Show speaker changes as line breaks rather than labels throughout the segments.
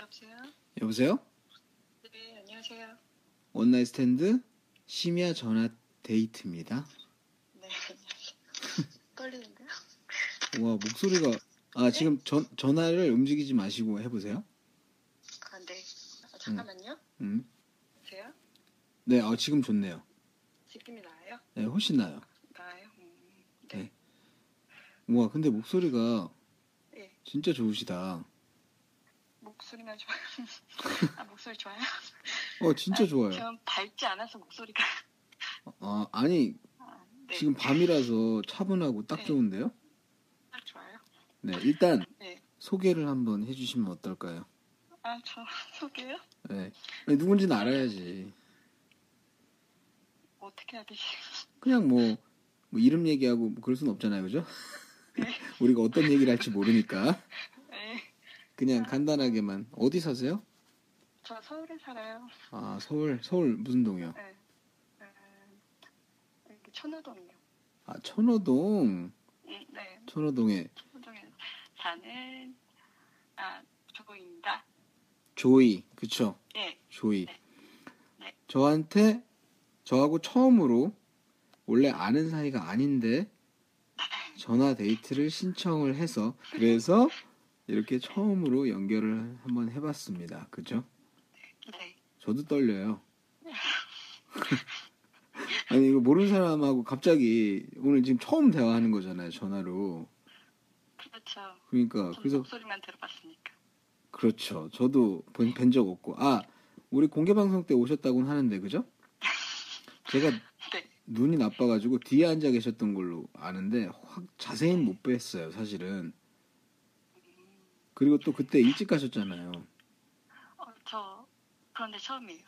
여보세요?
여보세요?
네, 안녕하세요.
원나잇 스탠드 심야 전화 데이트입니다.
네, 안녕하세요. 떨리는데요?
와 목소리가
네.
아 지금 전 전화를 움직이지 마시고 해보세요.
아, 네. 아, 잠깐만요.
음.
여보세요?
네, 아 지금 좋네요.
느낌이 나요?
네, 훨씬 나요.
나요? 음,
네.
네.
와 근데 목소리가
예.
진짜 좋으시다.
목소리만 좋아요. 아, 목소리 좋아요?
어 진짜
아,
좋아요.
전 밝지 않아서 목소리가.
아 아니
아, 네.
지금 밤이라서 차분하고 딱
네.
좋은데요?
아, 좋아요?
네, 일단
네.
소개를 한번 해주시면 어떨까요?
아, 저 소개요?
네, 아니, 누군지는 알아야지.
뭐 어떻게 해야 되지?
그냥 뭐, 뭐 이름 얘기하고 뭐 그럴 순 없잖아요, 그죠? 우리가 어떤 얘기를 할지 모르니까
네.
그냥 간단하게만 어디 사세요?
저 서울에 살아요.
아 서울 서울 무슨 동이요?
네. 음, 여기 천호동이요.
아 천호동
음, 네.
천호동에
천호동에 사는, 아, 조입니다.
조이 그쵸?
예.
조이
네. 네.
저한테 저하고 처음으로 원래 아는 사이가 아닌데 전화 데이트를 신청을 해서 그래서 이렇게 처음으로 연결을 한번 해봤습니다. 그죠?
네.
저도 떨려요. 아니 이거 모르는 사람하고 갑자기 오늘 지금 처음 대화하는 거잖아요 전화로.
그렇죠.
그러니까
전
그래서
목소리만 들어봤으니까.
그렇죠. 저도 뵌 적 없고 아 우리 공개 방송 때 오셨다고는 하는데 그죠? 제가
네.
눈이 나빠가지고 뒤에 앉아 계셨던 걸로 아는데 확 자세히는 못 뵀어요 사실은. 그리고 또 그때 일찍 가셨잖아요.
어, 저 그런데 처음이에요.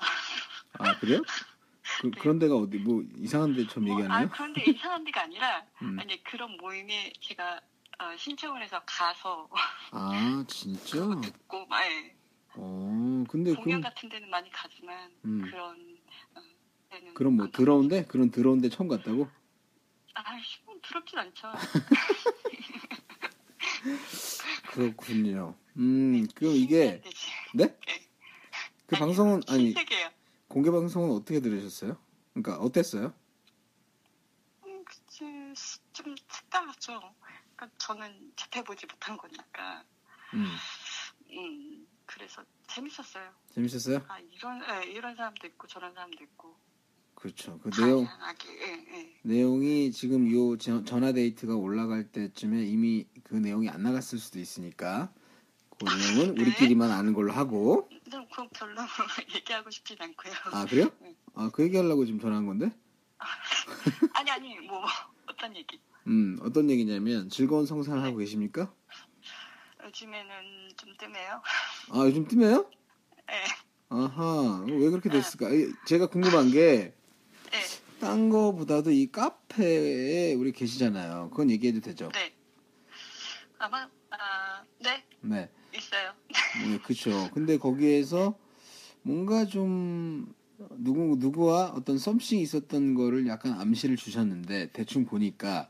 아 그래요? 그, 그런 데가 어디 뭐 이상한 데처럼
뭐, 아
얘기하나요?
그런데 이상한 데가 아니라
음.
아니 그런 모임에 제가 어, 신청을 해서 가서
아 진짜?
듣고 막 예.
어 근데
공연
그럼
같은 데는 많이 가지만
음.
그런 어, 데는
그럼 뭐
안
더러운데 그런 더러운데 처음 갔다고?
가- 아이씨 뭐 더럽진 않죠.
그렇군요. 음 그럼 이게 네? 그 방송은 아니
신세계예요.
공개 방송은 어떻게 들으셨어요? 그러니까 어땠어요?
음, 그치 좀 색다르죠. 그러니까 저는 접해보지 못한 거니까.
음
음, 그래서 재밌었어요.
재밌었어요?
아 이런 예, 이런 사람도 있고 저런 사람도 있고
그렇죠. 그 내용
다양하게 예, 예.
내용이 지금 요 전- 전화 데이트가 올라갈 때쯤에 이미 그 내용이 안 나갔을 수도 있으니까 그 내용은
네.
우리끼리만 아는 걸로 하고
근데 그건 별로 얘기하고 싶진 않고요.
아 그래요? 아 그 얘기하려고 지금 전화한 건데?
아니 아니 뭐 어떤 얘기?
음 어떤 얘기냐면 즐거운 성사를 하고 계십니까?
요즘에는 좀 뜸해요.
아 요즘 뜸해요? 네.
예,
아하 왜 그렇게 됐을까? 이- 제가 궁금한 게 딴
예,
네. 거보다도 이 카페에 우리 계시잖아요. 그건 얘기해도 되죠?
네. 아마 아, 네
네,
있어요.
네 그렇죠. 근데 거기에서 뭔가 좀 누구 누구와 어떤 썸씽이 있었던 거를 약간 암시를 주셨는데 대충 보니까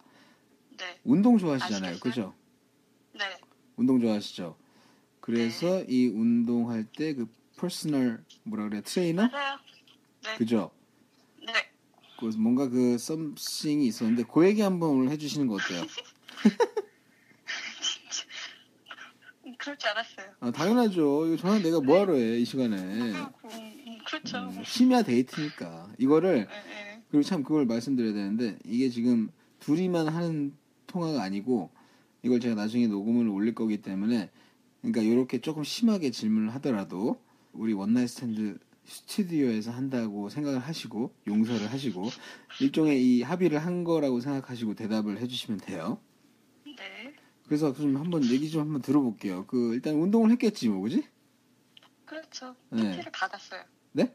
네,
운동 좋아하시잖아요,
아시겠어요?
그죠?
네,
운동 좋아하시죠? 그래서 이 운동할 때 그 퍼스널 뭐라 그래 트레이너
맞아요. 네,
그죠?
네.
그래서 뭔가 그 썸씽이 있었는데 그 얘기 한번 오늘 해주시는 거 어때요?
음, 그럴 줄 알았어요.
아, 당연하죠. 이거 전화 내가 뭐하러 해, 이 시간에.
음, 음, 그렇죠.
네. 음, 심야 데이트니까. 이거를,
예, 예.
그리고 참 그걸 말씀드려야 되는데, 이게 지금 둘이만 하는 통화가 아니고, 이걸 제가 나중에 녹음을 올릴 거기 때문에, 그러니까 이렇게 조금 심하게 질문을 하더라도, 우리 원나잇 스탠드 스튜디오에서 한다고 생각을 하시고, 용서를 하시고, 일종의 이 합의를 한 거라고 생각하시고 대답을 해주시면 돼요.
네,
그래서 좀 한번 얘기 좀 한번 들어볼게요. 그, 일단 운동을 했겠지, 뭐, 그지?
그렇죠.
네.
PT를 받았어요.
네?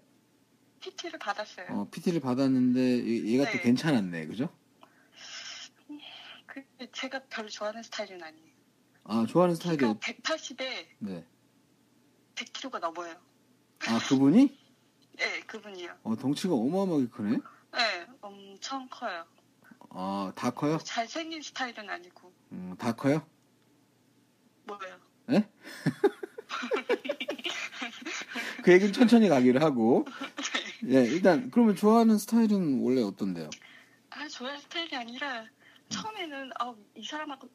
PT를 받았어요.
어, PT를 받았는데 얘- 얘가 또
네.
괜찮았네, 그죠?
그 제가 별로 좋아하는 스타일은 아니에요.
아 좋아하는 스타일이
키가
어,
180에
네.
100kg가 넘어요.
아 그분이
예, 그분이요.
어 덩치가 어마어마하게 크네.
예, 엄청 커요.
아 다 커요?
뭐 잘생긴 스타일은 아니고
음, 다 커요?
뭐예요?
예? 그 얘기는 천천히 가기로 하고. 예, 일단 그러면 좋아하는 스타일은 원래 어떤데요?
아, 좋아할 스타일이
음.
아니라 처음에는 아, 이 사람하고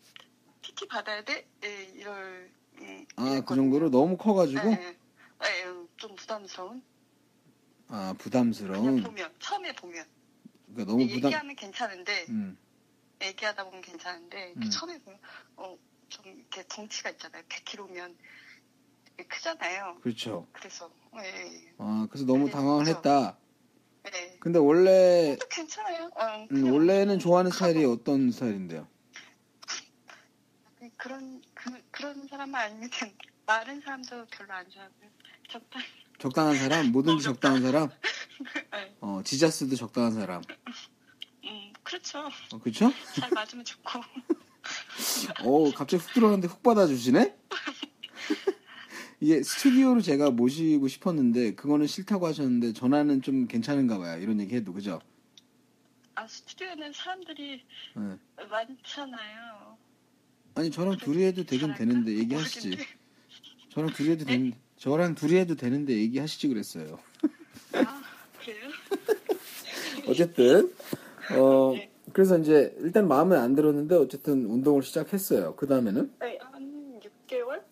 PT 받아야 돼? 예, 이럴 음,
아, 그
이랬거든요.
정도로 너무 커가지고
예, 예, 예, 좀 부담스러운
아
그냥
부담스러운.
보면 처음에 보면 예,
그러니까 너무 부담.
얘기하면 괜찮은데
음,
얘기하다 보면 괜찮은데
음.
그 처음에 보면 어, 좀 이렇게 덩치가 있잖아요 100kg면 예, 크잖아요
그렇죠.
그래서 예,
아, 그래서 너무
네,
당황을
그렇죠.
했다.
예, 예.
근데 원래
또 괜찮아요 어,
네. 음,
그냥
원래는 좋아하는 스타일이
가고
어떤 스타일인데요?
그런 그, 그런 사람만 아니면 마른 사람도 별로 안 좋아하고요 적당히
적당한 사람, 뭐든지 적당한 사람,
예.
어, 지자스도 적당한 사람,
음, 그렇죠
어, 그렇죠?
잘 맞으면 좋고
어, 갑자기 훅 들어가는데 훅 받아주시네? 이게 스튜디오로 제가 모시고 싶었는데 그거는 싫다고 하셨는데 전화는 좀 괜찮은가 봐요. 이런 얘기 해도 그죠?
아 스튜디오는 사람들이
예.
많잖아요
아니 저랑 둘이 해도 되긴
잘할까?
되는데 얘기하시지.
모르겠는데.
저랑 둘이 해도 되는 저랑 둘이 해도 되는데 얘기하시지 그랬어요.
아, 그래요?
어쨌든 어
네.
그래서 이제 일단 마음에 안 들었는데 어쨌든 운동을 시작했어요. 그 다음에는
네, 한 6개월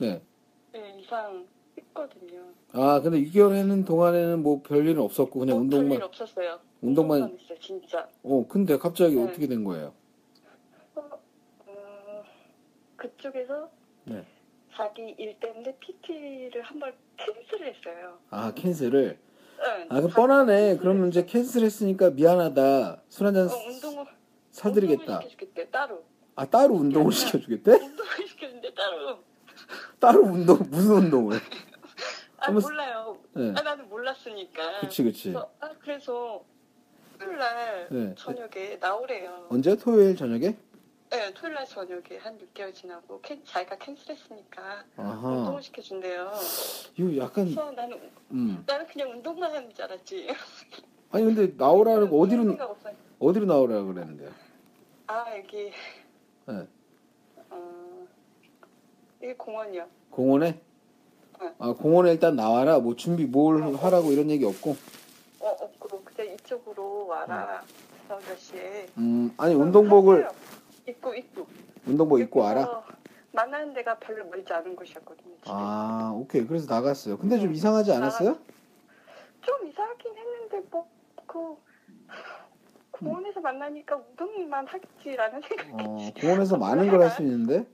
네.
네, 이상 했거든요.
아 근데 6개월 하는 동안에는 뭐 별일은 없었고 그냥
뭐 별일
운동만
없었어요.
운동만-
했어요, 진짜.
어 근데 갑자기
네.
어떻게 된 거예요?
어, 어, 그쪽에서
네.
자기 일 때문에 PT를 한 번 캔슬을 했어요.
아 캔슬을
응,
아 그
자기
뻔하네
캔슬을
그러면 이제
했어요.
캔슬했으니까 미안하다 술 한잔
어, 운동을
사드리겠다
운동을 시켜줄게 따로.
아 따로 운동을 시켜주겠대?
운동을 시켰는데 따로.
따로 운동 무슨 운동을?
아
한번-
몰라요.
네.
아 나는 몰랐으니까.
그치 그치
그래서 아 그래서 토요일 날
네.
저녁에 나오래요.
언제 토요일 저녁에?
네, 토요일 날 저녁에 한 6개월 지나고 캔, 자기가 캔슬했으니까
아하
운동을 시켜준대요.
이거 약간
그래서 나는
음
나는 그냥 운동만 하는 줄 알았지.
아니 근데 나오라는 거
그런
어디로
생각 없어요.
어디로 나오라 그랬는데요?
아 여기
네.
어 이게 공원이요.
공원에?
네.
아 공원에 일단 나와라 뭐 준비 뭘 하라고 이런 얘기 없고
어 없고 그냥 이쪽으로 와라. 그래서 몇 시에
음 아니 음. 운동복을
입고 입고
운동복 입고 와라
만나는 데가 별로 멀지 않은 곳이었거든요. 집에.
아 오케이 그래서 나갔어요 근데 좀 이상하지 않았어요?
좀 이상하긴 했는데 뭐그 공원에서 만나니까 운동만 하겠지라는 생각.
어 공원에서 많은 걸 할 수 있는데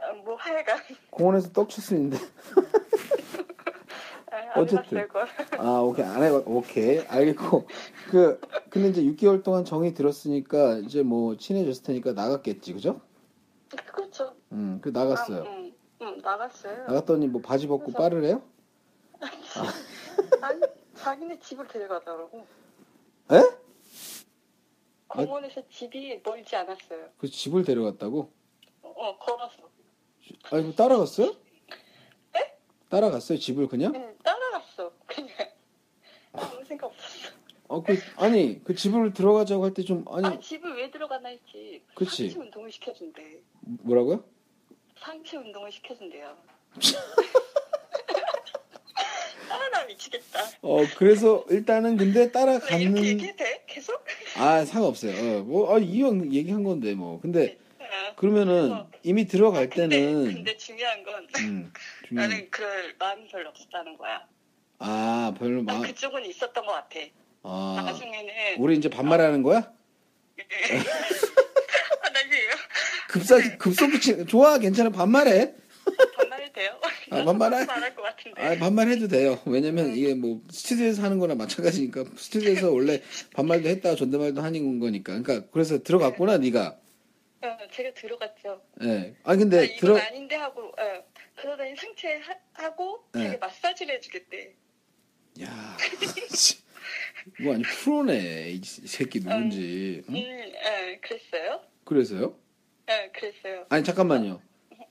아, 뭐 하여간
공원에서 떡 칠 수 있는데 어쨌든.
어쨌든 걸.
아 오케이 안 해봐 오케이 알겠고 그 근데 이제 6개월 동안 정이 들었으니까 이제 뭐 친해졌을 테니까 나갔겠지 그죠?
그렇죠.
음그 나갔어요
아, 응, 응 나갔어요.
나갔더니 뭐 바지 벗고 빠를 해요?
아니 자기네 집을 데려가더라고.
에?
공원에서 집이 멀지 않았어요.
그 집을 데려갔다고?
어, 어 걸어서.
아니 그 따라갔어요? 따라갔어요 집을 그냥?
그냥 따라갔어. 그냥 아무 생각 없었어.
어 그 아니 그 집을 들어가자고 할 때 좀
아니,
아니
집을 왜 들어가나 했지.
그치.
상체 운동을 시켜준대.
뭐라고요?
상체 운동을 시켜준대요. 아 나 미치겠다.
어 그래서 일단은 근데
나 이렇게
따라갔는
얘기해도 돼? 계속?
아 상관없어요. 어, 뭐 아, 이왕 얘기한 건데 뭐 근데
아,
그러면은 이미 들어갈
근데,
때는
근데 중요한 건
음, 중요한
나는 그럴 마음이 별로 없었다는 거야.
아 별로
아,
막
그쪽은 있었던 것 같아.
아,
나중에는
우리 이제 반말하는 거야?
아, 나 이제
급사
네.
급속붙이 좋아 괜찮아 반말해.
반말해도 돼요?
아, 반말해?
말할 것 같은데.
아 반말해도 돼요.
네.
왜냐면 이게 뭐 스튜디오에서 하는 거나 마찬가지니까 스튜디오에서 원래 반말도 했다 존댓말도 하는 거니까. 그러니까 그래서 들어갔구나 네가.
어, 제가 들어갔죠.
예. 아
아,
근데
이건
들어
아닌데 하고 어. 그러더니 상체 하, 하고
네.
되게 마사지를 해주겠대.
야. 씨. 이거 아니 프로네 이 새끼 누군지.
음,
응?
예, 그랬어요.
그래서요?
예, 그랬어요.
아니 잠깐만요.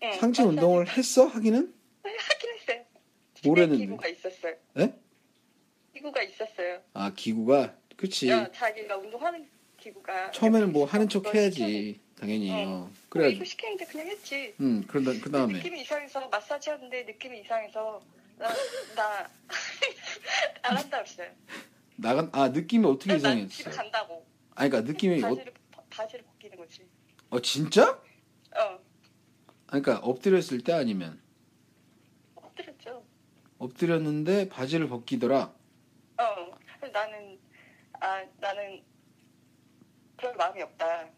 예,
상체
마사지- 네,
운동을 했어 하기는?
하긴 했어요.
뭘
집에
했는데?
기구가 있었어요.
예?
기구가 있었어요.
아 기구가 그치.
어, 자기가 운동하는 기구가.
처음에는 뭐 하는 척
그걸
해야지 당연히.
어.
어.
그래.
그래야지.
이거 시키는데 그냥 했지.
음 그러다 그 다음에.
느낌이 이상해서 마사지 하는데 느낌이 이상해서 나나 나간다면서요.
나간 아 느낌이 어떻게
난 집에
이상했어?
간다고.
아니 그러니까 느낌이 어,
바지를 바- 바지를 벗기는 거지.
어 진짜?
어
아니 그러니까 엎드렸을 때 아니면
엎드렸죠.
엎드렸는데 바지를 벗기더라.
어 근데 나는 아 나는 그럴 마음이 없다. 아,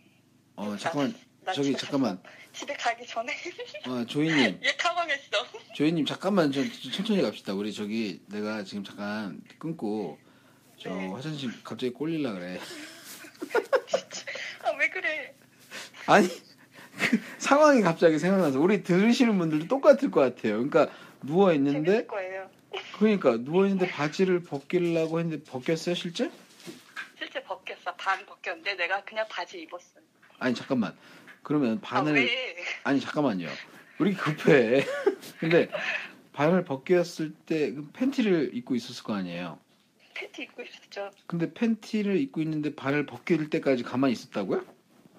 어 잠깐만 저기
집에
잠깐만
가서- 집에 가기 전에
어 조이님
얘 당황했어.
조이님 잠깐만 좀 천천히 갑시다. 우리 저기 내가 지금 잠깐 끊고 저
네.
화장실 갑자기 꼴릴라 그래.
아 왜 그래?
아니 그 상황이 갑자기 생각나서 우리 들으시는 분들도 똑같을 것 같아요. 그러니까 누워
재밌을
있는데
거예요.
그러니까 누워
네.
있는데 바지를 벗기려고 했는데 벗겼어요 실제?
실제 벗겼어. 반 벗겼는데 내가 그냥 바지 입었어.
아니 잠깐만 그러면
아
반을
왜?
아니 잠깐만요. 우리 급해. 근데 반을 벗겼을 때그 팬티를 입고 있었을 거 아니에요.
팬티 입고 있었죠.
근데 팬티를 입고 있는데 발을 벗길 때까지 가만히 있었다고요?